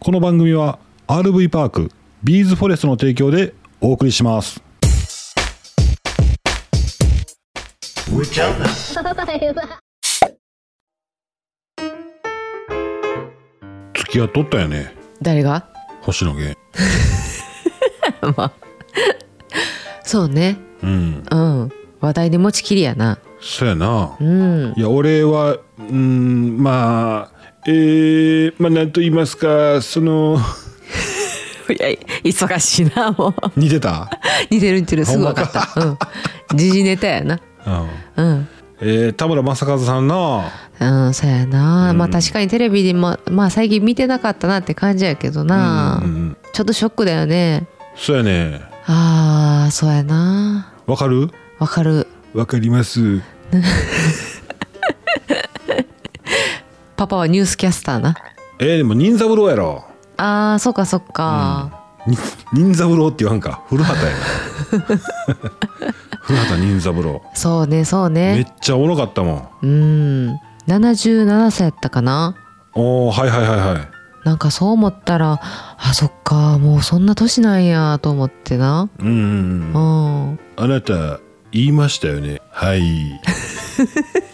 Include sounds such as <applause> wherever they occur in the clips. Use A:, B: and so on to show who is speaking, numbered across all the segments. A: この番組は RV パークビーズフォレストの提供でお送りします付き合っとったよね
B: 誰が
A: 星野源
B: <laughs> まあそうね
A: うん
B: うん話題で持ちきりやな
A: そやな
B: うん
A: いや俺はうんまあえー、まあなんと言いますかその <laughs>
B: いや忙しいなもう
A: 似てた、
B: 似てる似てるすぐ分かったうん時事ネタやな
A: うん
B: うん
A: えー、田村正和さんの
B: うん、そうやな、まあ確かにテレビでも、まあ、最近見てなかったなって感じやけどな、
A: うんうんうん
B: ちょっとショックだよね
A: そうやね
B: あーそうやな
A: わかる
B: わかる
A: わかります
B: パパはニュースキャスターな
A: えー、でも忍三郎やろ
B: あーそっかそっか、
A: に忍三郎って言わんか古畑やな <laughs> 古畑忍三郎
B: そうねそう
A: めっ
B: ね
A: ちゃおもろかったもん
B: うん77歳やったかな
A: おおはいはいはいはい
B: なんかそう思ったらあそっかもうそんな年なんやと思ってな
A: うんうん
B: う
A: うん
B: ん
A: あなた言いましたよねはい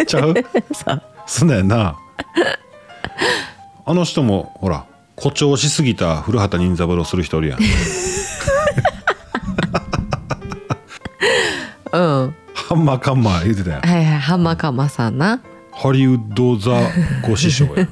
A: ちゃう <laughs> そんなんやなあの人もほら誇張しすぎた古畑任三郎する人お <laughs> るやん
B: うんはい
A: ハンマーカンマー言うてたやん
B: はいハンマカマさんな
A: ハリウッドザご師匠 <laughs> や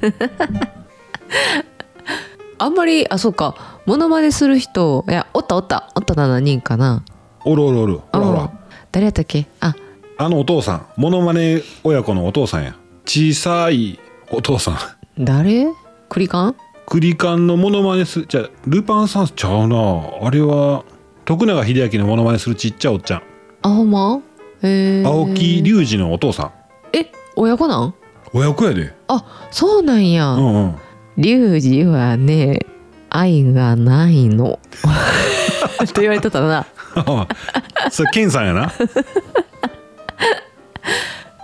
B: あんまりあそうかモノマネする人いやおったおったおった7人かな
A: おるおるおるほらほ
B: う
A: ら
B: ん誰やったっけあ
A: あのお父さんモノマネ親子のお父さんや小さいお父さん
B: 誰クリカン
A: クリカンのモノマネするじゃあルパン三世ちゃうなあれは徳永英明のモノマネするちっちゃいおっちゃん
B: あほんまえー、
A: 青木隆二のお父さん
B: え親子なん
A: 親子や
B: <laughs>
A: で
B: あそうなんや、
A: うんうん
B: リュウジはね愛がな
A: <laughs>
B: いのって言われとったな
A: それ健さんやな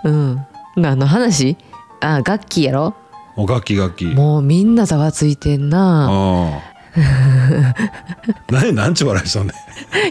B: うん何の話あ楽器やろ
A: お楽器楽器
B: もうみんなざわついてんな
A: ああ
B: <laughs>
A: 何なんちゅう笑いしたんね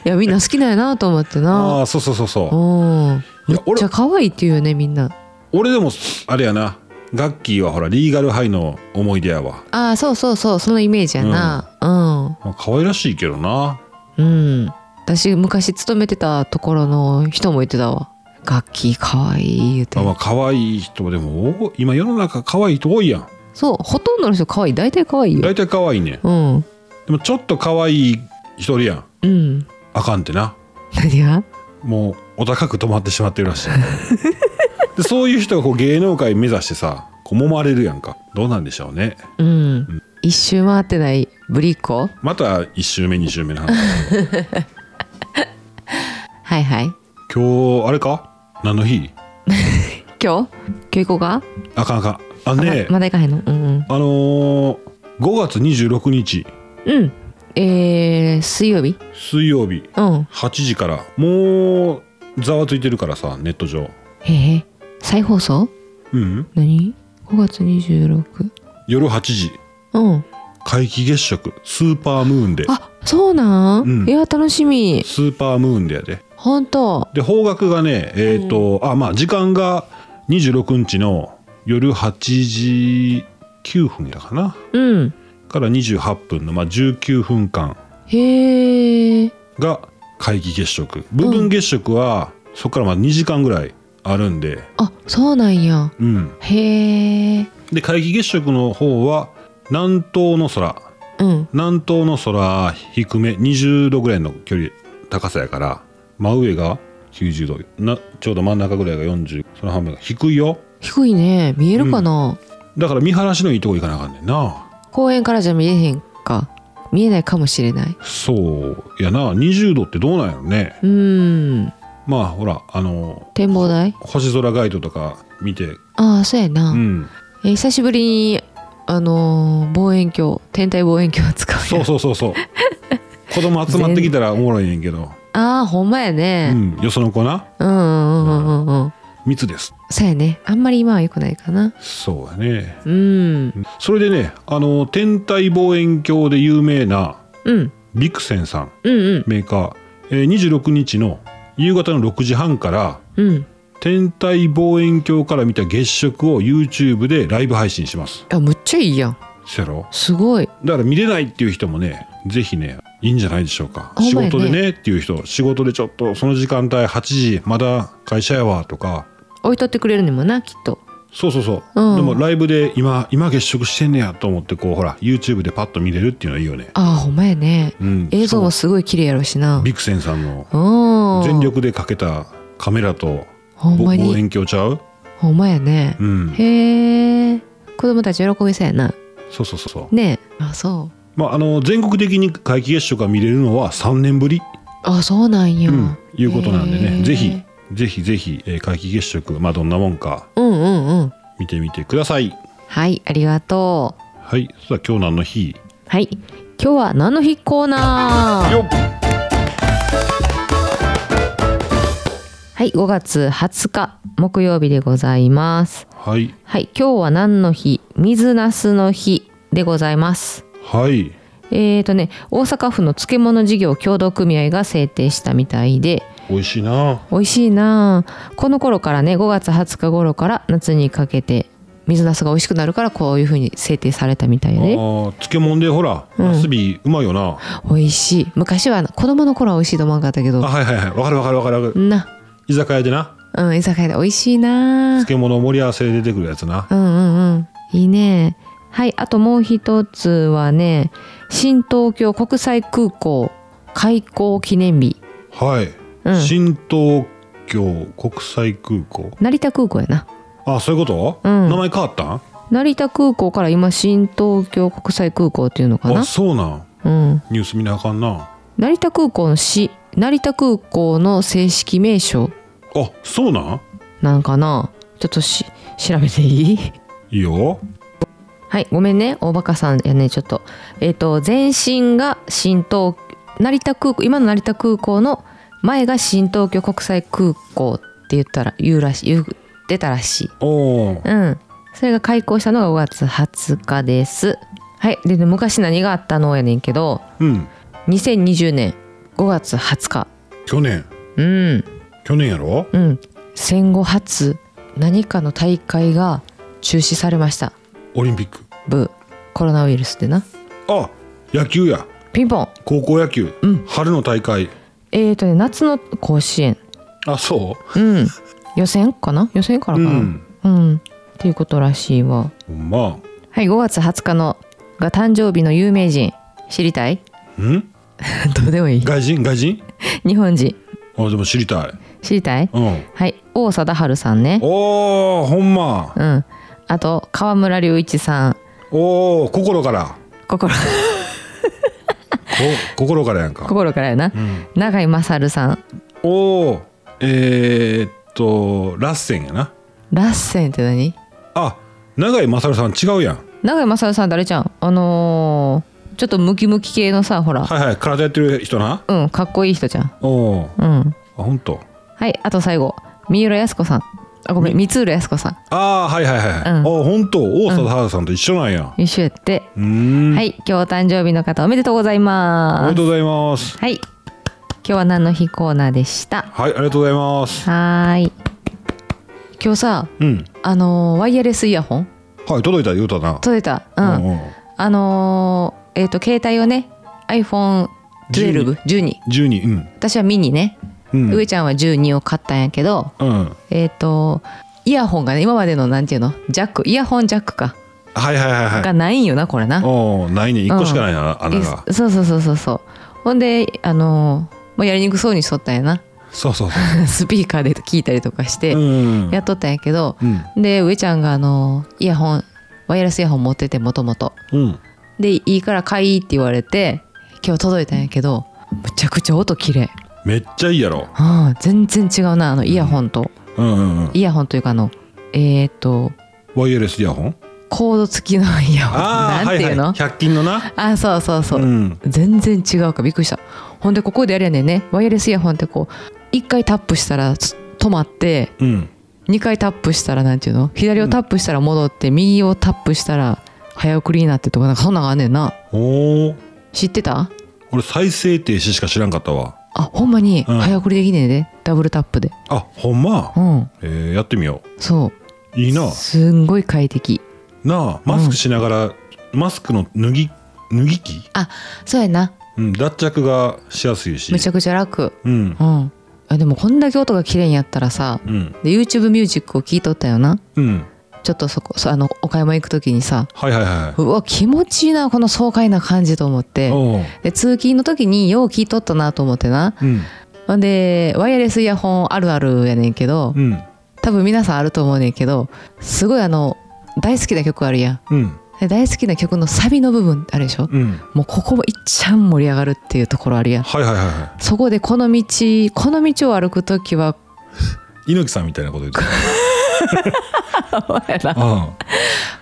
B: いやみんな好きなんやなと思ってな
A: ああそうそうそう
B: う
A: そ
B: ん
A: い
B: めっ
A: や俺
B: ちゃ可愛いって言うよねみんな
A: う俺でもあれやなガッキーはほらリーガルハイの思い出やわ
B: ああそうそうそうそのイメージやな
A: まあ可愛らしいけどな
B: うんうん、私昔勤めてたところの人も言ってたわ楽器可愛い言うて
A: まあまあ可愛い人でもお今世の中可愛い人多いやん
B: そうほとんどの人可愛い大体可愛いよ
A: 大体可愛いね
B: うん
A: でもちょっと可愛い人おるやん
B: うん
A: あかんってな
B: 何が
A: もうお高く止まってしまってる
B: <laughs>
A: らしいでそういう人がこう芸能界目指してさこう揉まれるやんかどうなんでしょうね
B: うん、一周回ってないぶりっ子
A: また1周目2周目の話
B: はいはい
A: 今日あれか何の日
B: 今日今日行こうか
A: あかんあかんあ
B: あ
A: ねえ
B: ままだ行かへんのうん
A: あのー、5月26日
B: うん、うん、えー、水曜日
A: 水曜日
B: うん
A: 8時からもうざわついてるからさネット上
B: へえ再放送
A: うん
B: 何 ?5 月26
A: 夜8時
B: うん
A: 皆既月食スーパームーンで
B: あそうなん、
A: うん
B: いや楽しみ
A: スーパームーンでやで
B: 本当
A: で方角がねえっ、と、あまあ時間が26日の夜8時9分やかな
B: うん
A: から28分の、まあ、19分間
B: へえ
A: が皆既月食部分月食は、そこからまあ2時間ぐらいあるんで
B: あそうなんや
A: うん
B: へえ
A: で皆既月食の方は南東の空
B: うん
A: 南東の空低め20度ぐらいの距離高さやから真上が90度なちょうど真ん中ぐらいが40その半分が低いよ
B: 低いね見えるかな、
A: だから見晴らしのいいとこ行かなあかんねんな
B: 公園からじゃ見えへんか見えないかもしれない
A: そうやな20度ってどうなんやろね
B: うーん
A: まあほらあの
B: 展望台
A: 星空ガイドとか見て
B: ああそうやな、
A: うん
B: えー久しぶりにあのー望遠鏡天体望遠鏡を使うやん
A: そうそうそうそう子供集まってきたらおもろいねんけど、
B: ああほんまや
A: う
B: ね、
A: ん、よその子な
B: うん、うんうんうんうん
A: 密です
B: そうやねあんまり今は良くないかな
A: そうやね
B: うん
A: それでねあの天体望遠鏡で有名な
B: うん
A: ビクセンさん
B: うんうん
A: メーカー、えー26日の夕方の6時半から
B: うん
A: 天体望遠鏡から見た月食を YouTube でライブ配信します
B: あむっちゃいいやん
A: せやろ
B: すごい
A: だから見れないっていう人もねぜひねいいんじゃないでしょうか
B: ほん
A: 仕
B: まやね
A: 事でねっていう人仕事でちょっとその時間帯8時まだ会社やわとか
B: 置いとってくれるのもんなきっと
A: そうそうそう、
B: うん
A: でもライブで今今月食してんねやと思ってこうほら YouTube でパッと見れるっていうのはいいよね、
B: あーほんまやね
A: うん、
B: 映像も
A: し
B: すごい綺麗やろし
A: か
B: な
A: もビクセンさんの
B: うん
A: 全力でかけたカメラと
B: ほん
A: ぼ望
B: まに
A: 遠鏡ちゃう
B: ほんまやね
A: うん
B: へえ子供たち喜びそうやな
A: そうそうそうそう、
B: ねえあそう
A: まあ、あの全国的に皆既月食が見れるのは3年ぶり
B: あそうなんや、
A: うん、いうことなんで
B: へ
A: ね、
B: ー
A: ぜひ、ぜひぜひ、えー皆既月食、まあ、どんなもんか
B: うんうんうん
A: 見てみてください。
B: はいありがとう
A: はい、さあ、今日何の日
B: はい今日は何の日コーナー
A: よっ
B: はい5月20日木曜日でございます
A: はい、
B: はい今日は何の日水なすの日でございます
A: はい、
B: えーとね大阪府の漬物事業協同組合が制定したみたいで
A: 美味しいな。
B: 美味しいなあこの頃からね5月20日頃から夏にかけて水なすが美味しくなるからこういう風に制定されたみたい
A: あ
B: やで
A: ー漬物でほら、
B: うん
A: なすびうまいよな。
B: 美味しい昔は子供の頃は美味しいと思わなかったけ
A: あ、
B: ど
A: はいはいはい、わかるわかるわかるわかる。
B: な
A: 居酒屋でな、
B: うん居酒屋で美味しいなあ
A: 漬物盛り合わせで出てくるやつな。
B: うんうんうんいいねはいあともう一つはね新東京国際空港開港記念日
A: はい、
B: うん
A: 新東京国際空港。
B: 成田空港やな
A: あ、そういうこと、
B: うん
A: 名前変わったん
B: 成田空港から今新東京国際空港っていうのか
A: あ、
B: な
A: そうなん。
B: うん
A: ニュース見なあかんな。
B: 成田空港の市成田空港の正式名称
A: あ、そうなん
B: なんかなちょっとし調べていい
A: いいよ。
B: はいごめんね大バカさんやねちょっとえっ、と前身が新東成田空港今の成田空港の前が新東京国際空港って言ったら言うらしい言う出たらしい
A: おー
B: うんそれが開港したのが5月20日ですはいでね昔何があったのやねんけど
A: うん。
B: 2020年5月20日
A: 去年。
B: うん
A: 去年やろ
B: うん、戦後初何かの大会が中止されました
A: オリンピック。
B: ブーコロナウイルスでな
A: あ、野球や。
B: ピンポン
A: 高校野球。
B: うん
A: 春の大会。
B: えーとね夏の甲子園
A: あ、そ
B: うん予選かな予選から
A: う
B: か
A: う。
B: なうんん、っていうことらしいわ
A: ほんま。
B: はい5月20日のが誕生日の有名人知りたい
A: ん
B: <laughs> どうでもいい
A: 外人外人
B: <laughs> 日本人
A: あ、でも知りたい。
B: 知りたい
A: うん。
B: はい王貞治さんね
A: おー、ほんま。
B: うんあと河村隆一さん
A: おー、心から。
B: 心 <laughs>
A: こ心からやんか。
B: 心からやな
A: うん。
B: 永井勝さん
A: おー、えーっと、ラッセンやな。
B: ラッセンって何
A: あ、永井勝さん違うやん。
B: 永井勝さん誰じゃんあのーちょっとムキムキ系のさほら、
A: はいはい、体やってる人な。
B: うんかっこいい人じゃん
A: おー、あ、
B: うん
A: ほんと。
B: はいあと最後三浦靖子さんあごめん三浦靖子さ
A: ああはいはいはい、
B: うん
A: あ本当大貞治さんと一緒なんや
B: ん一緒やって、
A: うーん
B: はい今日お誕生日の方おめでとうござい
A: おめ
B: ま
A: ですとうございます
B: はい今日は何の日コーナーでした
A: はいありがとうございます
B: はーい今日さ
A: うん
B: あのーワイヤレスイヤホン
A: はい届いた言うたな
B: 届いたうん、
A: うんうん
B: あのーえっ、と携帯をね iPhone1212
A: 12うん
B: 私はミニね
A: うん
B: 上ちゃんは12を買ったんやけど
A: うん
B: えっ、とイヤホンがね今までのなんていうのジャックイヤホンジャックか
A: はいはいはいはい
B: がないんよなこれな
A: おーないね一個しかないな、穴が
B: えそうそうそうそうそうほんであのーもうやりにくそうにしとったんやな <laughs>
A: そうそうそ
B: スピーカーで聞いたりとかして
A: ううん
B: やっとったんやけど、
A: うん
B: で上ちゃんがあのーイヤホンワイヤレスイヤホン持っててもともと
A: うん
B: でいいから買いって言われて今日届いたんやけどむちゃくちゃ音綺麗
A: めっちゃいいやろ
B: ああ全然違うなあのイヤホンと、
A: うんうんうん
B: イヤホンというかあのえっ、と
A: ワイヤレスイヤホン
B: コード付きのイヤホン
A: ああ
B: なんていうの、
A: はいはい、100均のな
B: あそうそうそう、
A: ん
B: 全然違うからびっくりしたほんでここであれやねんねワイヤレスイヤホンってこう一回タップしたらつ止まって
A: うん
B: 2 2回タップしたらなんていうの左をタップしたら戻って、右をタップしたら早送りになってとかなんかそんなんがあんねんな
A: おお
B: 知ってた
A: 俺再生停止しか知らんかったわ
B: あほんまに
A: うん
B: 早送りできねえで、ダブルタップで
A: あほんま、
B: うん
A: えーやってみよ
B: そう
A: いいな
B: うすんごい快適
A: なあマスクしながら、マスクの脱ぎ脱ぎ機、
B: あそうやな
A: うん、脱着がしやすいし
B: めちゃくちゃ楽
A: うん
B: うんあでもこんだけ音が綺麗にやったらさ
A: うん
B: で YouTube ミュージックを聞いとったよな
A: うん
B: ちょっとそこそあのお買い物行く時にさ
A: はいはいは
B: うわ気持ちいいなこの爽快な感じと思っ
A: い
B: て
A: おう
B: で通勤の時によう聞いとったなと思ってな
A: うん
B: ほんでワイヤレスイヤホンあるあるやねんけど
A: うん
B: 多分皆さんあると思うねんけどすごいあの大好きな曲あるやん
A: うん
B: で大好きな曲のサビの部分あるでしょ
A: うん
B: もうここもいっちゃん盛り上がるっていうところあるやん
A: はいはいはいは
B: そこでこの道この道を歩く時はい
A: 猪木さんみたいなこと言ってる
B: <laughs>
A: ああ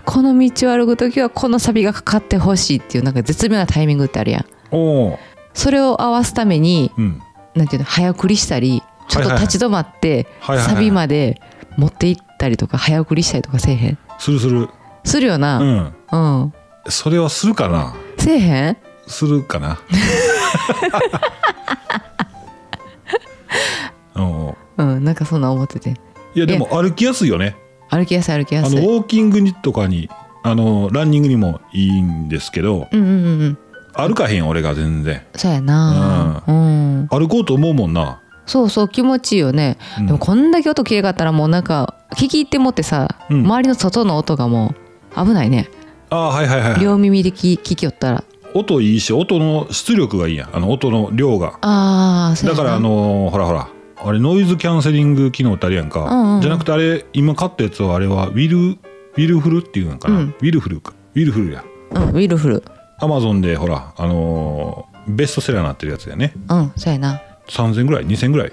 B: この道を歩く時はこのサビがかかってほしいっていうなんか絶妙なタイミングってあるやん
A: おう
B: それを合わすために
A: うん
B: なんていうの早送りしたりちょっと立ち止まって
A: はいはいはい
B: サビまで持っていったりとか早送りしたりとかせえへん
A: するする
B: するよ
A: う
B: な、
A: ん
B: うん
A: それはするかな
B: せえへん
A: するか
B: <laughs>
A: なおう
B: うんなんかそんな思ってて
A: いやでも歩きやすいよね
B: 歩きやすい歩きや
A: あ
B: す
A: のウ
B: い
A: ォーキングにとかにあのランニングにもいいんですけど
B: うんうんうんうん
A: 歩かへん俺が全然
B: そうやなうん
A: 歩こうと思うもんな
B: そうそう気持ちいいよね、
A: うん
B: でもこんだけ音綺麗かったらもうなんか聞き入ってもってさ、
A: うん
B: 周りの外の音がもう危ないね
A: ああはいはいはい
B: 両耳で聞聞きよったら
A: 音いいし音の出力がいいやんあの音の量が
B: ああ
A: だからあのーほらほらあれノイズキャンセリング機能ってあるやんか、
B: うんうんうん
A: じゃなくてあれ今買ったやつはあれはウィルウィルフルっていうんかな、
B: うん
A: ウィルフルかウィルフルや
B: うんウィルフル
A: アマゾンでほらあのーベストセラーになってるやつやね
B: うんそうやな
A: 3000ぐらい2000ぐらい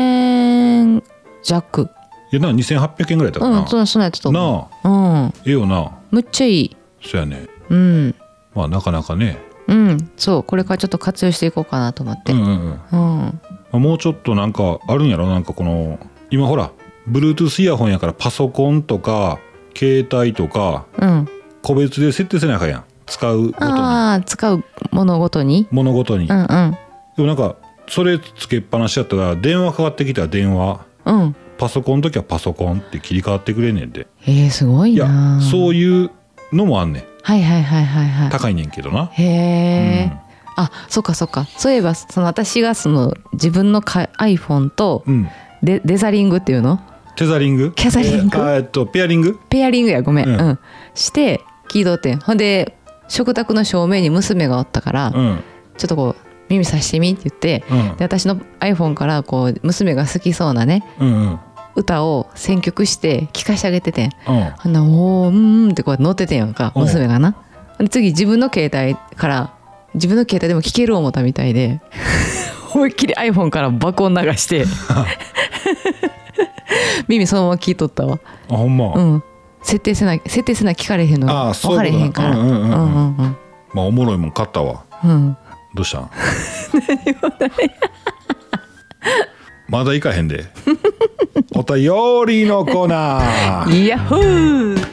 B: 3000弱
A: いやな2800円ぐらいだったかな、
B: うんそんなそんなやつと思
A: なあ
B: ううん
A: ええよな
B: むっちゃいい
A: そやね
B: うん
A: まあなかなかね
B: うんそうこれからちょっと活用していこうかなと思って
A: うんうんうん
B: うん
A: まあもうちょっとなんかあるんやろなんかこの今ほら Bluetooth イヤホンやからパソコンとか携帯とか
B: うん
A: 個別で設定せなあかんやん使うごとに
B: ああ使うものごとに
A: 物ごとに、
B: う
A: で
B: んうん
A: もなんかそれつけっぱなしやったら電話かかってきたら電話
B: うん
A: パソコンの時はパソコンって切り替わってくれんねんで
B: えー、すごい
A: いや
B: な
A: そうういうのもあんねん
B: はいはいはいはいはい
A: 高いねんけどな
B: へえ、あそっかそっかそういえばその私がその自分のか iPhone と
A: うん、うん
B: デデザリングっていうの
A: テザリング
B: テザリング
A: えーあーえっとペアリング
B: ペアリングやごめん、
A: う
B: うんんして聞いとってんほんで食卓の正面に娘がおったから、
A: うんうん
B: ちょっとこう耳さしてみって言ってで私の iPhone からこう娘が好きそうなね
A: うんうん
B: 歌を選曲して聴かしてあげててん
A: うん
B: ほんなおーうんうんってこうやって乗っててんやんか
A: うん
B: 娘がなで次自分の携帯から自分の携帯でも聴ける思ったみたい
A: <laughs>
B: で思いっきり iPhone から爆音流して <laughs> 耳そのまま聞いとったわ
A: あほんま、
B: うん設定せな設定せな聞かれへんの
A: あーそう
B: 分
A: いう
B: か
A: ことだ
B: れへんから
A: うんうんうんうん
B: うんうん
A: まあおもろいもん買ったわ
B: うんうん
A: どうしたん <laughs> まだ行かへんでお便りのコーナー
B: イヤッホー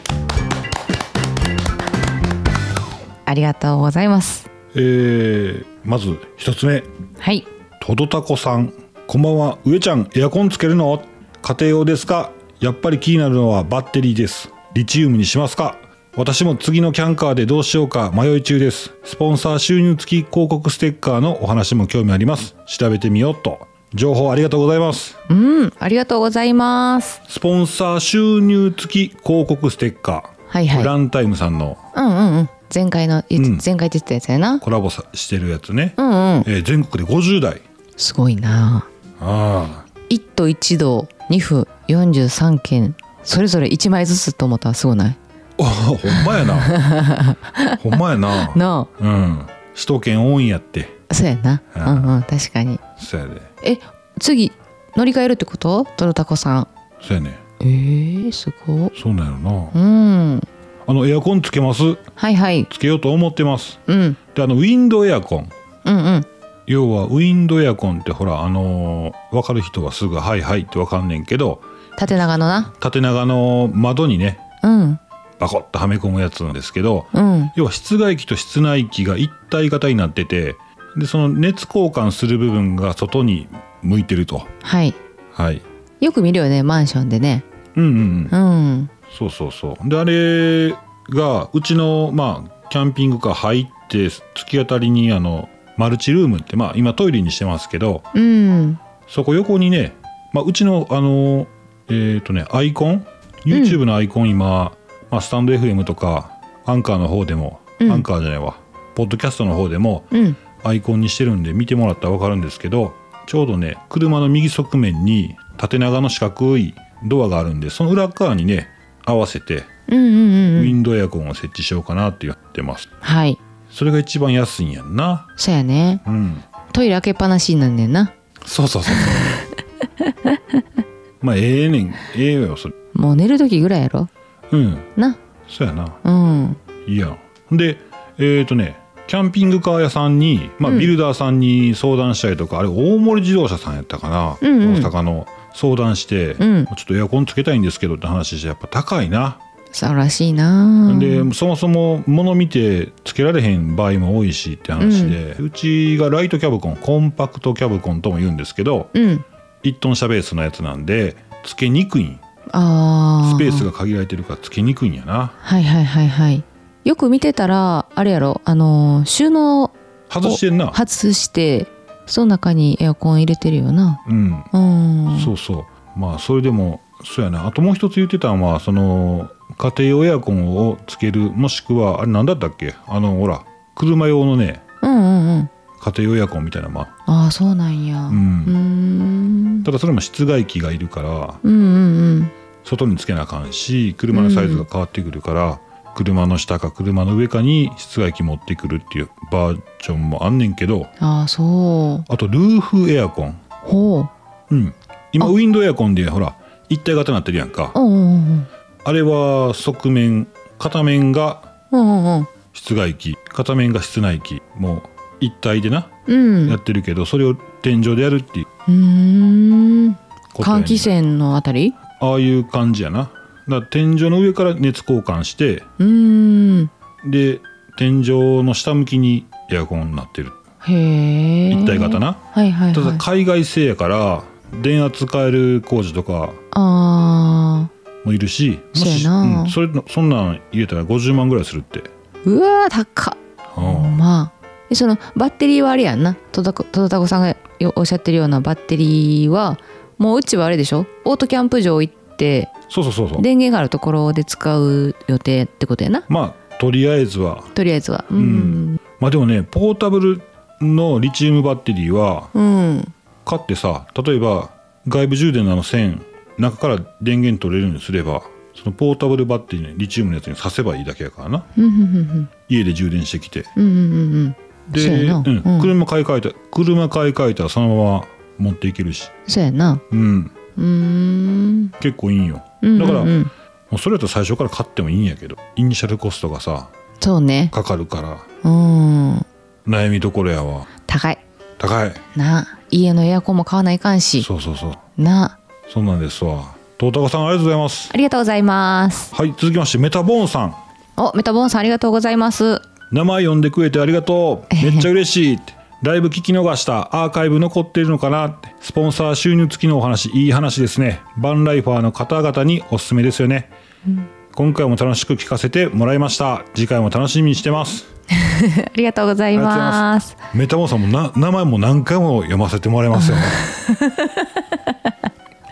B: ありがとうございます
A: えー、まず一つ目
B: はい
A: とどたこさんこんばんは上ちゃんエアコンつけるの家庭用ですかやっぱり気になるのはバッテリーですリチウムにしますか私も次のキャンカーでどうしようか迷い中ですスポンサー収入付き広告ステッカーのお話も興味あります調べてみようっと情報ありがとうございます
B: うんありがとうございます
A: スポンサー収入付き広告ステッカー、
B: はいはい
A: ランタイムさんの
B: うんうんうん前回の、い
A: うん
B: 前回出てたやつやな
A: コラボさしてるやつね、
B: うんうん
A: えー全国で50台
B: すごいな
A: ああ
B: 一都一道二府43県それぞれ1枚ずつと思ったらすごない
A: おほんまやな
B: <laughs>
A: ほんまやな
B: な
A: うん首都圏多いんやって
B: あそうやな
A: う
B: うんんうん確かに
A: そやで
B: え次乗り換えるってこととろたこさん
A: そやね
B: えー、すごっ
A: そうなんやろな、
B: うん
A: あのエアコンつけます
B: はいはい
A: つけようと思ってます
B: うん
A: であのウィンドウエアコン
B: うんうん
A: 要はウィンドウエアコンってほらあのー、分かる人はすぐ「はいはい」って分かんねんけど
B: 縦長のな
A: 縦長の窓にね
B: うん
A: バコッとはめ込むやつなんですけど
B: うん
A: 要は室外機と室内機が一体型になっててでその熱交換する部分が外に向いてると
B: はい
A: はい
B: よく見るよねマンションでね
A: うんうんうん
B: うん
A: そうそうそうであれがうちのまあキャンピングカー入って突き当たりにあのマルチルームってまあ今トイレにしてますけど
B: うん
A: そこ横にね、まあ、うちのあのえっ、とねアイコン YouTube のアイコン今、まあ、スタンド FM とかアンカーの方でも、
B: うん
A: アンカーじゃないわポッドキャストの方でも
B: うん
A: アイコンにしてるんで見てもらったら分かるんですけどちょうどね車の右側面に縦長の四角いドアがあるんでその裏側にね合わせて
B: うんうんうん
A: ウ
B: うん
A: ィンドウエアコンを設置しようかなって言ってます。
B: はい
A: それが一番安いんやんな。
B: そやね
A: うん。
B: トイレ開けっぱなしになんねんな
A: そうそうそう。 <laughs> まあ、ええねん。ええよ、それ。
B: もう寝る時ぐらいやろ
A: うん。
B: な
A: そうやな。
B: うん
A: いいやん。で、えっ、とね、キャンピングカー屋さんに、まあ、ビルダーさんに相談したりとか、あれ、大森自動車さんやったかな。
B: うんうん
A: 大阪の。相談して、
B: ん
A: ちょっとエアコンつけたいんですけどって話して、やっぱ高いな。
B: そうらしいな
A: でそもそも物見てつけられへん場合も多いしって話で、うちがライトキャブコンコンパクトキャブコンとも言うんですけど
B: うん
A: 1トン車ベースのやつなんでつけにくいん
B: ああ
A: スペースが限られてるからつけにくいんやな
B: はいはいはいはいよく見てたらあれやろあのー収納
A: 外してんな
B: 外してその中にエアコン入れてるよな
A: うん、
B: うん
A: そうそうまあそれでもそうやなあともう一つ言ってたのはその家庭用エアコンをつけるもしくはあれ何だったっけあのほら車用のね
B: うんうんうん
A: 家庭用エアコンみたいなまあ
B: ああそうなんや
A: う、
B: うんーん
A: ただそれも室外機がいるから
B: うんうん
A: 外につけなあかんし車のサイズが変わってくるから、車の下か車の上かに室外機持ってくるっていうバージョンもあんねんけど
B: うんああそう
A: あとルーフエアコン、
B: ほう
A: うん、今
B: あ
A: ウィンドウエアコンでほら一体型になってるやんか
B: うんうん
A: あれは側面片面が
B: うんうんうんうん
A: 室外機片面が室内機もう一体でな、
B: うん
A: やってるけどそれを天井でやるっていう
B: うーん
A: ことやねん
B: 換気扇のあたり
A: ああいう感じやなだから天井の上から熱交換して
B: うーん
A: で天井の下向きにエアコンになってる
B: へえ
A: 一体型な、
B: はいはい
A: た
B: は
A: だ
B: い
A: 海外製やから電圧変える工事とか
B: ああ
A: もいるしも
B: そうやな
A: うんそれのそんなん入れたら50万ぐらいするって、
B: うわー高っ
A: うん
B: まあでそのバッテリーはあれやんな戸田こ戸田子さんがよおっしゃってるようなバッテリーはもううちはあれでしょオートキャンプ場行って
A: そうそうそうそう
B: 電源があるところで使う予定ってことやな
A: まあとりあえずは
B: とりあえずはう
A: うん
B: ん
A: まあでもねポータブルのリチウムバッテリーは
B: うん
A: 買ってさ例えば外部充電のあの線中から電源取れるようにすればそのポータブルバッテリーにリチウムのやつに挿せばいいだけやからな
B: うんうんうん
A: 家で充電してきて
B: うんうんうんうんそう
A: で、
B: やな
A: うん
B: うん
A: 車買い替えた車買い替えたらそのまま持っていけるし、
B: そうやな
A: うん、
B: うーん
A: 結構いいんよ
B: うん
A: だから
B: うんうん
A: もうそれだと最初から買ってもいいんやけどイニシャルコストがさ
B: そうね
A: かかるから
B: うん
A: 悩みどころやわ
B: 高い
A: 高い
B: な家のエアコンも買わないかんし
A: そうそうそう
B: な
A: そうなんですわトータカさんありがとうございます
B: ありがとうございます
A: はい続きましてメタボーンさん
B: おメタボーンさんありがとうございます
A: 名前呼んでくれてありがとうめっちゃ嬉しいってライブ聞き逃したアーカイブ残ってるのかなってスポンサー収入付きのお話いい話ですねバンライファーの方々におすすめですよね、今回も楽しく聞かせてもらいました次回も楽しみにしてます
B: ありがとうございます。
A: メタモンさんもな名前も何回も読ませてもらいますよね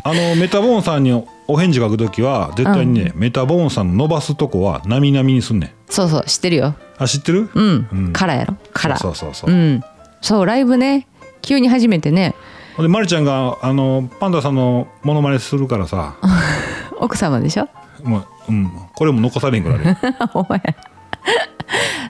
A: あのメタボーンさんにお返事書くときは絶対にね、メタボーンさんの伸ばすとこはなみなみにすんねん
B: そうそう、知ってるよ。
A: あ知ってる
B: う、
A: うん
B: カラーやろ。カラー。
A: そうそうそうそう
B: うん。そう、ライブね、急に始めてね、
A: で、ま、るちゃんがあのパンダさんのモノマネするからさ
B: 奥様でしょ。 <laughs>
A: もう、うん、これも残されへんからね
B: お前。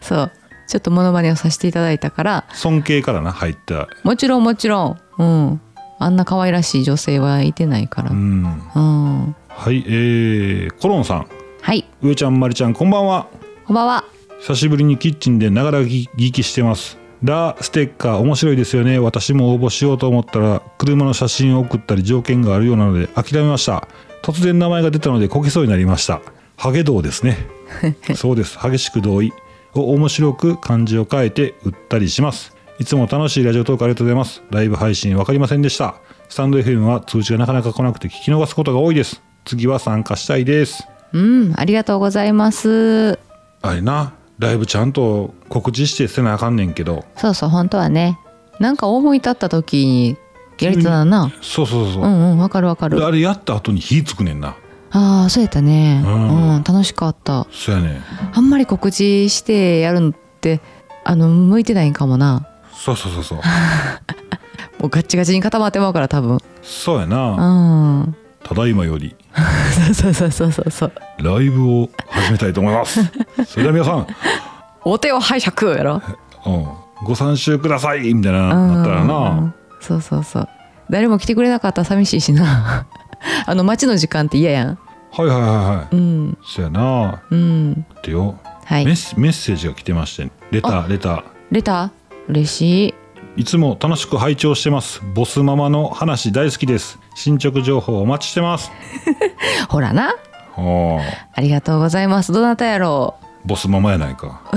B: そう、ちょっとモノマネをさせていただいたから、
A: 尊敬からな入った
B: もちろんもちろん、うん、あんな可愛らしい女性はいてないから。
A: う
B: うん。
A: んはいえー、コロンさん
B: はい、
A: 上ちゃんまりちゃんこんばんは
B: こんばんは。
A: 久しぶりにキッチンでながら聞きしてますラステッカー面白いですよね私も応募しようと思ったら車の写真を送ったり条件があるようなので諦めました突然名前が出たのでこけそうになりましたハゲ道ですねそうです激しく同意を面白く漢字を変えて売ったりしますいつも楽しいラジオトークありがとうございますライブ配信わかりませんでしたスタンド FM は通知がなかなか来なくて聞き逃すことが多いです次は参加したいです
B: うんありがとうございます
A: あれなライブちゃんと告知してせなあかんねんけど
B: そうそう本当はねなんか思い立った時にやりたらな
A: そうそうそうそうう、
B: んうんわかるわかる
A: であれやった後に火つくねんな
B: ああそうやったね
A: うん
B: うん楽しかった
A: そうやねん
B: あんまり告知してやるのってあの向いてないんかもな
A: そうそうそうそう
B: もうガッチガチに固まってまうから多分
A: そうや
B: う
A: なんただいまより
B: そうそうそうそうそう
A: ライブを始めたいと思い
B: <laughs>
A: ますそれでは皆さん
B: お手を拝借やろ
A: うん、ご参集くださいみたいななったら
B: うん
A: な
B: そうそうそう誰も来てくれなかったら寂しいしな <laughs> あの待ちの時間って嫌やん
A: はいはいはいはい
B: うん
A: そやな
B: うん
A: ってよ、
B: は
A: メッ
B: い
A: セメッセージが来てましてレターレター
B: レター嬉しい
A: いつも楽しく拝聴してますボスママの話大好きです進捗情報お待ちしてます
B: ほらな
A: おー
B: ありがとうございますどなたやろ
A: ボスママやないか
B: う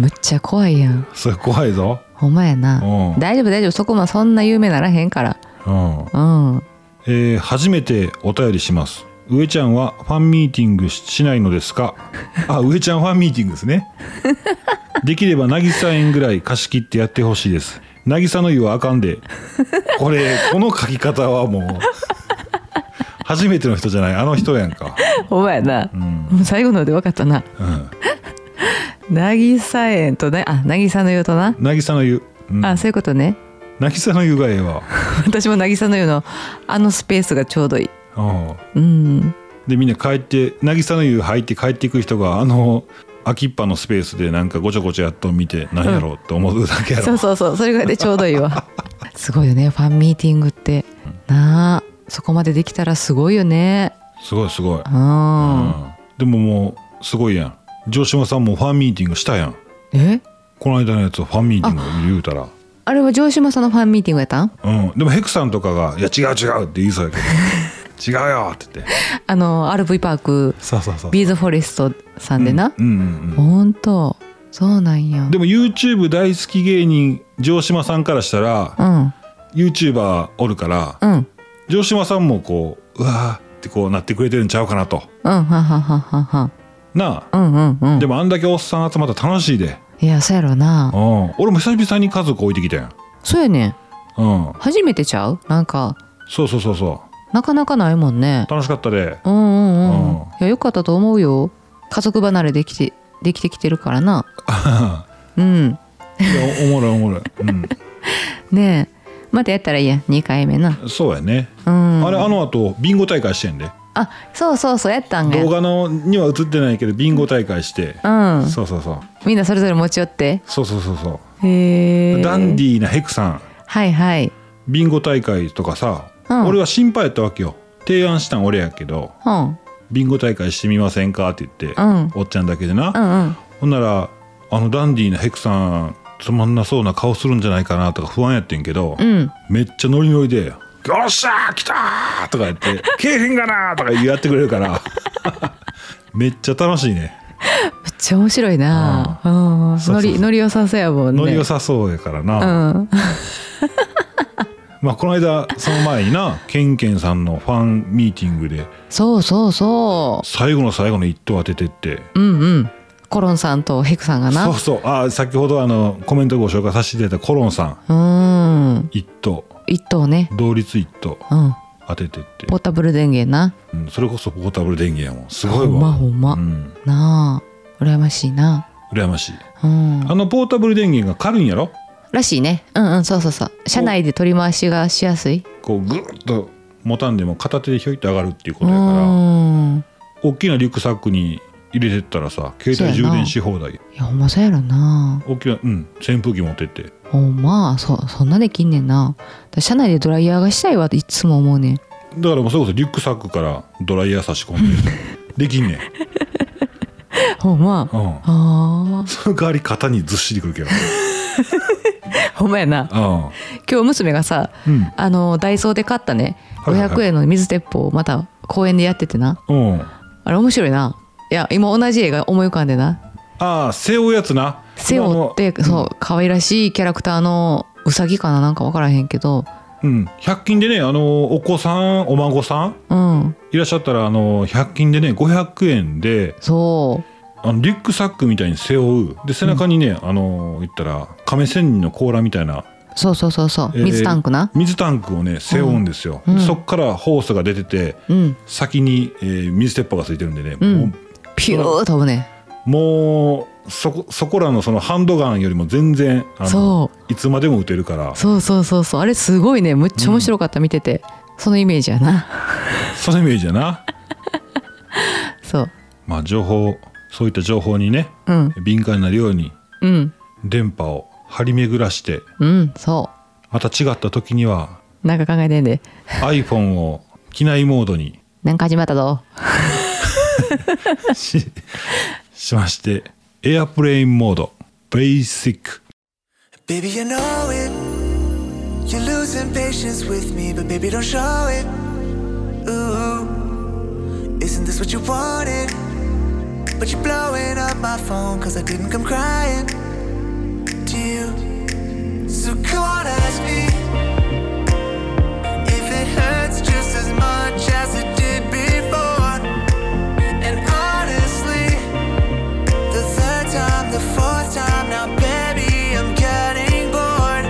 B: むっちゃ怖いやん
A: それ怖いぞ
B: ほんまやな
A: うん
B: 大丈夫大丈夫そこもそんな有名ならへんから
A: うん
B: うん
A: えー初めてお便りします上ちゃんはファンミーティングししないのですかあ上ちゃんファンミーティングですねできれば渚園ぐらい貸し切ってやってほしいです渚の湯はあかんでこれこの書き方はもう初めての人じゃないあの人やんか、
B: ほんまやな、
A: うん
B: もう最後ので分かったな
A: うん、
B: 渚園とねあ渚の湯とな、
A: 渚の湯、うん、
B: あそういうことね <laughs>
A: 渚の湯がええわ
B: 私も渚の湯のあのスペースがちょうどいい
A: うん
B: うん
A: でみんな帰って渚の湯入って帰っていく人があの空きっぱのスペースでなんかごちゃごちゃやっと見て何やろうって思うだけやろ、
B: そうそうそうそれぐらいでちょうどい
A: <laughs>
B: いわすごいよねファンミーティングってなあそこまでできたらすごいよね
A: すごいすごい、
B: うん、
A: うんでももうすごいやん城島さんもファンミーティングしたやん
B: え
A: この間のやつをファンミーティング言うたら
B: あれは城島さんのファンミーティングやったん
A: うんでもヘクさんとかが「いや違う違う」って言いそうや <laughs> けど「違うよ」って言って
B: あの RV パーク
A: そうそうそう
B: ビーズフォレストさんでな、
A: うんうんうん
B: ほんとそうなんや
A: でも YouTube 大好き芸人城島さんからしたら
B: うん
A: YouTuber おるから
B: うん
A: 城島さんもこううわーってこうなってくれてるんちゃうかなと
B: うんははははは
A: なあ、
B: うんうんうん
A: でもあんだけおっさん集まったら楽しいで、
B: いやそうやろな
A: うん、俺も久々に家族置いてきたやん、
B: そうやねん
A: うん、
B: 初めてちゃうなんか
A: そうそうそうそ
B: なかなかないもんね
A: う楽しかったで
B: うんうんうん
A: うん
B: いやよかったと思うよ家族離れできてできてきてるか
A: <laughs>
B: らなうん
A: いやおもろいおもろい、
B: ねえまたやったらいいや2回目な
A: うん、そうやね、
B: うん
A: あれあの後ビンゴ大会してんで
B: あそうそうそうやったんが
A: 動画のには映ってないけどビンゴ大会して、
B: うん
A: そうそうそう
B: みんなそれぞれ持ち寄って
A: そうそうそうそう、
B: へえ
A: ダンディーなヘクさん
B: はいはい
A: ビンゴ大会とかさ、
B: うん
A: 俺は心配やったわけよ提案したん俺やけど
B: うん
A: ビンゴ大会してみませんかって言って、
B: うん
A: おっちゃんだけでな、
B: うんうん
A: ほんならあのダンディーなヘクさんつまんなそうな顔するんじゃないかなとか不安やってんけど、
B: うん
A: めっちゃノリノリで「よっしゃー来たー!」とか言って「景品がな!」とか言うやってくれるから
B: <laughs>
A: めっちゃ楽しいね
B: めっちゃ面白いなうん
A: そうそう
B: ノリノリ良さそうやもんね
A: ノリ良さそうやから
B: う
A: な、
B: ん
A: まあこの間その前になケンケンさんのファンミーティングで
B: そうそうそう
A: 最後の最後の一等当ててって
B: うんうんコロンさんとヘクさんがな
A: そうそうあー先ほどあのコメントご紹介させていただいたコロンさん
B: うーん
A: 一等
B: 一等ね
A: 同率一等
B: うん
A: 当ててって
B: ポータブル電源な
A: うん、それこそポータブル電源やもんすごい
B: ほん
A: わ
B: まほんま、
A: うん、
B: なあ羨ましいな
A: 羨ましい
B: うん
A: あのポータブル電源が軽いんやろ
B: らしいねうんうんそうそうそう車内で取り回しがしやすい
A: こうグーッと持たんでも片手でひょいって上がるっていうこ
B: う
A: とやから
B: ーん
A: 大きなリュックサックに入れてったらさ携帯
B: そうや
A: 充
B: な
A: 電し放題
B: いやほんまそうやろな
A: 大きなうん扇風機持ってって
B: ほんまそそんなできんねんなだ車内でドライヤーがしたいわっていつも思うねん
A: だからもうそれこそリュックサックからドライヤー差し込ん
B: <laughs>
A: でできんねん、
B: ほんま
A: うん、
B: あー
A: その代わり肩にずっしりくるけど
B: ほんまやな
A: あ
B: 今日娘がさ、
A: うん
B: あのダイソーで買ったね
A: はいはいはい
B: 500円の水鉄砲をまた公園でやっててな
A: あうん
B: あれ面白いないや今同じ映画思い浮かんでな
A: ああ背負うやつな
B: 背負ってそう可愛らしいキャラクターのウサギかななんか分からへんけど
A: うん、100均でねあのお子さんお孫さん
B: うん
A: いらっしゃったらあの100均でね500円で
B: そ
A: あのリュックサックみたいに背負うで背中にね、あの言ったら亀仙人の甲羅みたいな
B: うそうそうそうそう
A: えー
B: 水タンクな、
A: 水タンクをね背負うんですよ、
B: うん
A: でそっからホースが出てて
B: うん
A: 先に、えー水鉄砲がついてるんでね、
B: うん
A: もう
B: ピュー飛ぶね
A: もうそこそこらのそのハンドガンよりも全然あの
B: そう
A: いつまでも撃てるから
B: そうそうそうそうあれすごいねむっちゃ面白かった見てて、そのイメージやな
A: そのイメージやな
B: そう
A: まあ情報そういった情報にね
B: うん
A: 敏感になるように
B: うん
A: 電波を張り巡らして
B: うんそ
A: また違った時には
B: うなんか考えてんで
A: iPhone を機内モードに
B: なんか始まったぞ
A: ししましてエアプレインモードベーシック
C: Baby, you know it. You're losing patience with me, but baby, don't show it. Ooh, isn't this what you wanted? But you're blowing up my phone, cause I didn't come crying to you. So come on, ask me if it hurts just as much as it did before. And honestly, the third time, the fourth time, now baby, I'm getting bored.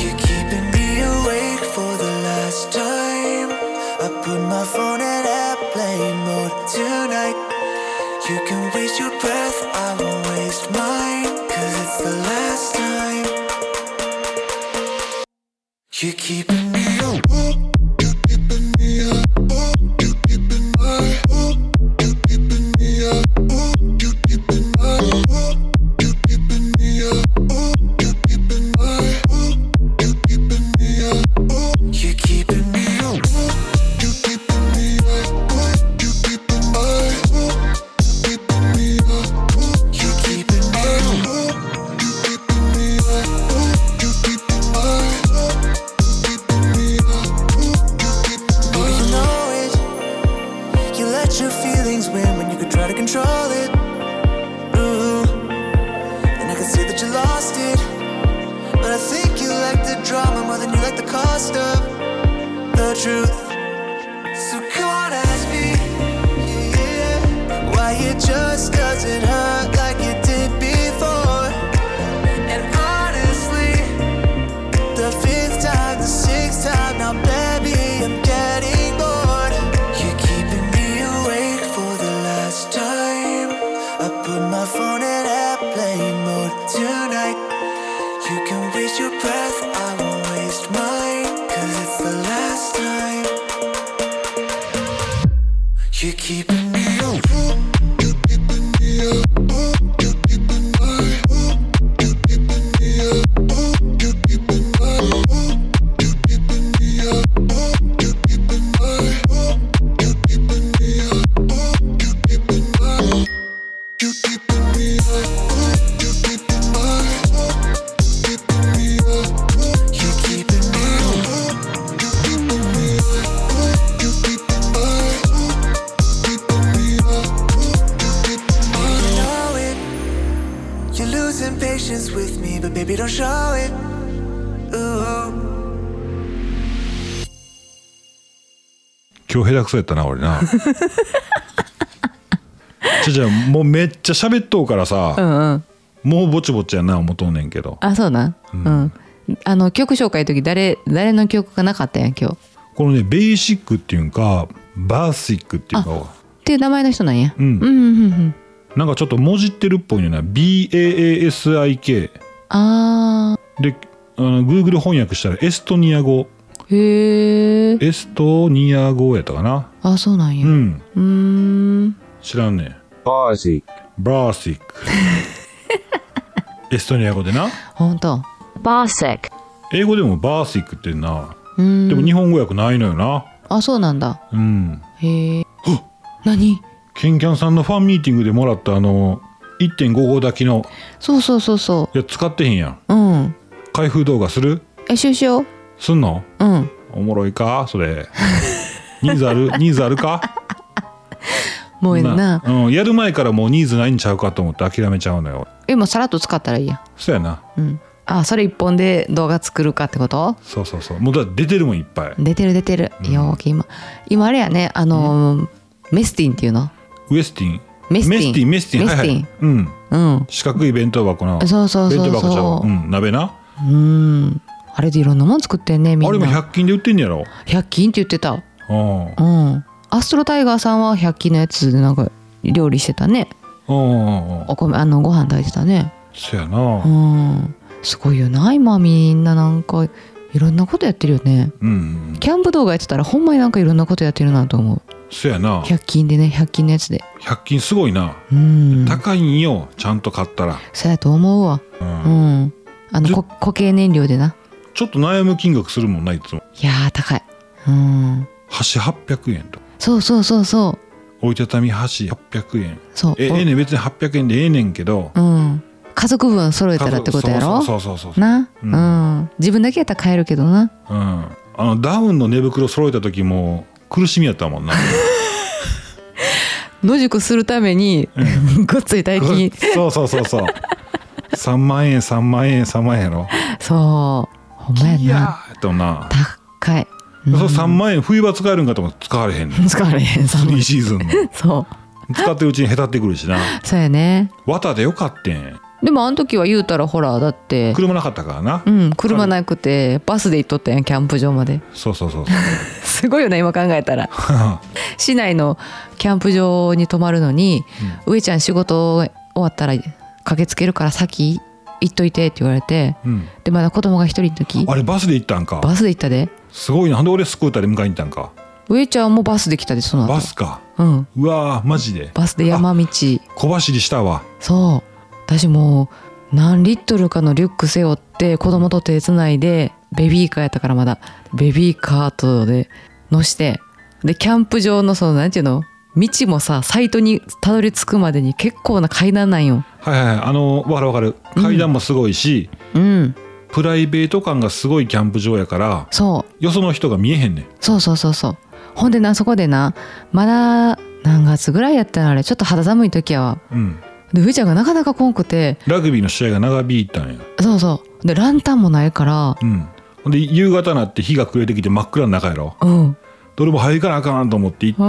C: You're keeping me awake for the last time. I put my phone in airplane mode tonight. You can waste your breath, I won't waste mine. Cause it's the last time. You're keeping me awake. You're keeping me awake. You're keeping me awake. Baby, you know it. You let your feelings win when you could try to control it. Ooh, and I can see that you lost it. But I think you like the drama more than you like the cost of the truth. So come on, ask me yeah, why it just doesn't hurt like it did before. And honestly, the fifth time, the sixth time, now baby, I'm getting bored. You're keeping me awake for the last time. I put my phone in airplane mode tonight. You can waste your breath, I won't waste mine. Cause it's the last time. You're keeping me awake. You're keeping me awake. You know it. You're losing patience with me, but baby, don't show it. Ooh.
A: 今日下手くそやったな俺
B: <laughs>
A: なじゃじゃもうめっちゃ喋っとうから
B: う
A: さ、
B: んうん
A: もうぼちぼちやな思っとんねんけど
B: あそうなんうん、あの曲紹介の時誰誰の曲がなかったんや今日
A: このねベーシックっていうんかバーシックっていうか
B: っていう名前の人なんや、
A: うん
B: うんうんうん
A: なんかちょっともじってるっぽいよな BAASIK
B: あ
A: であの Google 翻訳したらエストニア語
B: ーへえ
A: エストニア語やったかな
B: あそうなんや
A: う
B: うんーん
A: 知らんね
D: Bozzy,
A: バーシック <laughs> エストニア語でな
B: 本当
A: 英語でもバーシックってな
B: うーん
A: でも日本語訳ないのよな
B: あそうなんだ
A: うん
B: へえ何
A: ケンキャンさんのファンミーティングでもらったあの1.5号炊きの
B: そうそうそうそ
A: いや使ってへんやん
B: ううん
A: 開封動画する
B: えしようしよう
A: すんの
B: うん
A: おもろいかそ <laughs> れニーズあるニーズあるか
B: もうええな
A: うん、やる前からもうニーズないんちゃうかと思って諦めちゃうのよ
B: 今さらっと使ったらいいや
A: そうやなん
B: うんあそれ一本で動画作るかってこと
A: そうそうそうもうだ出てるもんいっぱい
B: 出てる出てる、よーく今今あれやねあのーメスティンっていうの
A: ウエスティン
B: メスティン
A: メスティン
B: メスティン
A: はいはいうん
B: うん
A: 四角い弁当箱の
B: そうそうそうそう
A: 弁当箱ちゃうわうん鍋な
B: うんあれでいろんなもん作ってんねみ
A: あれ
B: ん
A: も
B: な
A: 100均で売ってんねやろ
B: 100均って言ってた
A: うん
B: うんアストロタイガーさんは100均のやつでなんか料理してたね
A: うんうんうん
B: お米あのご飯炊いてたね
A: そうや
B: う
A: なん
B: すごいよな今みんななんかいろんなことやってるよね
A: うん
B: キャンプ動画やってたらほんまになんかいろんなことやってるなと思う
A: そうやな
B: 100均でね100均のやつで
A: 100均すごいな
B: うん
A: 高いんよちゃんと買ったら
B: そうやと思うわ
A: う
B: うんんあの
A: ず
B: こ固形燃料でな
A: ちょっと悩む金額するもんないつも
B: いやー高いうん
A: 箸800円と
B: そうそうそうそう
A: 折りたたみ箸800円
B: そう
A: えええねん別に800円でええねんけど
B: うん家族分揃えたらってことやろ
A: そうそうそうそう
B: な、
A: う
B: うんん、自分だけやったら買えるけどな。
A: うんあのダウンの寝袋揃えた時も苦しみやった
B: <laughs>
A: もんな
B: 野宿するために、ごっつい大金。
A: <laughs> そうそうそうそう3万円3万円3万円やろ
B: そう、ほんま
A: い
B: や
A: や
B: な。
A: ーっとな、
B: 高い。
A: そううん3万円冬場使えるんかと思って使われへんねん
B: 使われへん、そ
A: 3シーズンの
B: そう、
A: 使ってるうちにへたってくるしな
B: そうやね。
A: 綿でよかってん
B: でもあの時は言うたらほらだって、
A: 車なかったからな、
B: うん、車なくてバスで行っとったやんキャンプ場まで
A: そうそうそうそう
B: すごいよね今考えたら市内のキャンプ場に泊まるのに「上ちゃん仕事終わったら駆けつけるから先行っといて」って言われて
A: うん
B: でまだ子供が一人の時
A: あれバスで行ったんか
B: バスで行ったです
A: ごいななんで俺スクーターで迎えに行ったんか
B: 上ちゃんもバスで来たでその後
A: バスか
B: うん
A: うわーマジで
B: バスで山道
A: 小走りしたわ
B: そう私もう何リットルかのリュック背負って子供と手つないでベビーカーやったからまだベビーカートで乗してでキャンプ場のそのなんていうの道もさサイトにたどり着くまでに結構な階段なんよ
A: はいはいはいあのわかるわかる階段もすごいし、
B: うん
A: プライベート感がすごいキャンプ場やから
B: そう
A: よその人が見えへんねん
B: そうそうそうそうほんでなそこでなまだ何月ぐらいやったらあれちょっと肌寒い時やわ
A: うん
B: でふーちゃんがなかなかこんくて
A: ラグビーの試合が長引いたんや
B: そうそうでランタンもないから
A: うんほんで夕方になって日が暮れてきて真っ暗の中やろ
B: うん
A: どれも入りかなあかんと思って行って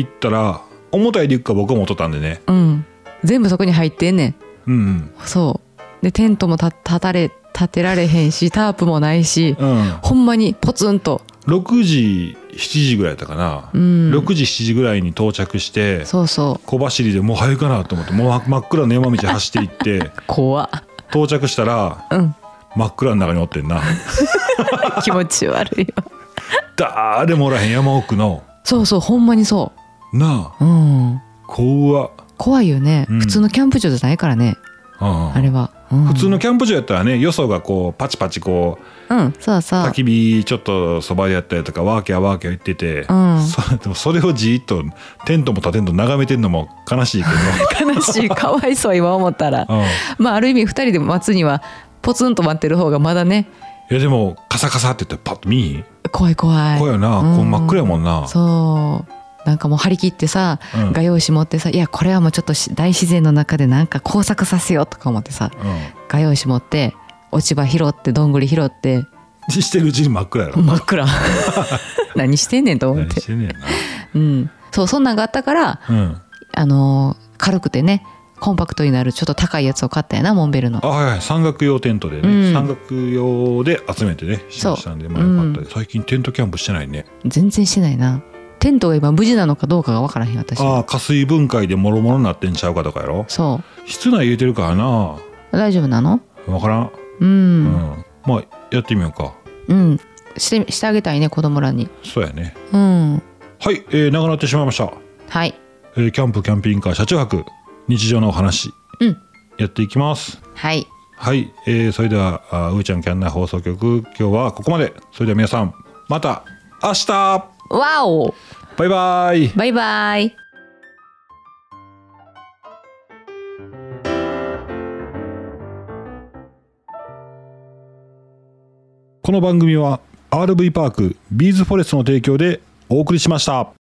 B: う
A: 行
B: ん
A: ったら重たいリュックは僕も持っとったんでね
B: うん全部そこに入ってんねん
A: うん
B: そうでテントもた立たれ立てられへんしタープもないし
A: うん、うん、
B: ほんまにポツンと
A: 6時7時ぐらいやったかな、
B: うん
A: 6時7時ぐらいに到着して
B: そうそう
A: 小走りでもう入るかなと思ってもう真真っ暗の山道走って行って <laughs>
B: 怖っ
A: 到着したら
B: うん
A: 真っ暗の中におってんな
B: 気持ち悪いよ
A: 誰もおらへん山奥の
B: そうそうほんまにそ
A: なあ
B: ううん
A: 怖っ、
B: 怖いよね、
A: うん
B: 普通のキャンプ場じゃないからね
A: うん
B: あれは、うん
A: 普通のキャンプ場やったらねよそがこうパチパチこう
B: うんそうそう
A: 焚き火ちょっとそばでやったりとかワーキャーワーキャー言ってて、
B: うん
A: そでもそれをじーっとテントも建てんと眺めてんのも悲しいけ
B: 悲しいかわいそう今思ったら <laughs>
A: ど、うん、い
B: まあある意味二人で待つにはポツンと待ってる方がまだね
A: やでもカサカサって言ってパッと見いひん
B: 怖い怖い
A: 怖いよな、
B: うん
A: こう真っ暗やもんな
B: そうなんかもう張り切ってさ、
A: うん
B: 画用紙持ってさいやこれはもうちょっとし大自然の中でなんか工作させようとか思ってさ
A: う
B: 画用紙持って落ち葉拾ってどんぐり拾って
A: ん、してるうちに真っ暗やろ
B: 真っ暗 <laughs> 何してんねんと思っ
A: 何
B: て
A: し、てんねやな
B: うん、そうそんなんがあったから、
A: うん
B: あのー軽くてねコンパクトになるちょっと高いやつを買ったやなモンベルの
A: あはいはい山岳用テントでね、
B: うん
A: 山岳用で集めてねし
B: そう
A: したんでまあよかったです最近テントキャンプしてないね
B: 全然してないなテントが今無事なのかどうかがわからへん私
A: ああ加水分解でもろもろになってんちゃうかとかやろ
B: そ
A: 室内入れてるからな
B: う大丈夫なの
A: 分からん、
B: う
A: うん
B: ん
A: まあやってみようか
B: うん、してしてあげたいね子供らに
A: そうやね
B: うん
A: はい、えー、長なってしまいました、
B: はい
A: えーキャンプキャンピングカー車中泊日常のお話
B: うん
A: やっていきます
B: はい
A: はい、えー、それではあーうーちゃんキャンナー放送局今日はここまでそれでは皆さんまた明日
B: わお
A: バイバイ
B: バイバイ
A: この番組は RV パークビーズフォレストの提供でお送りしました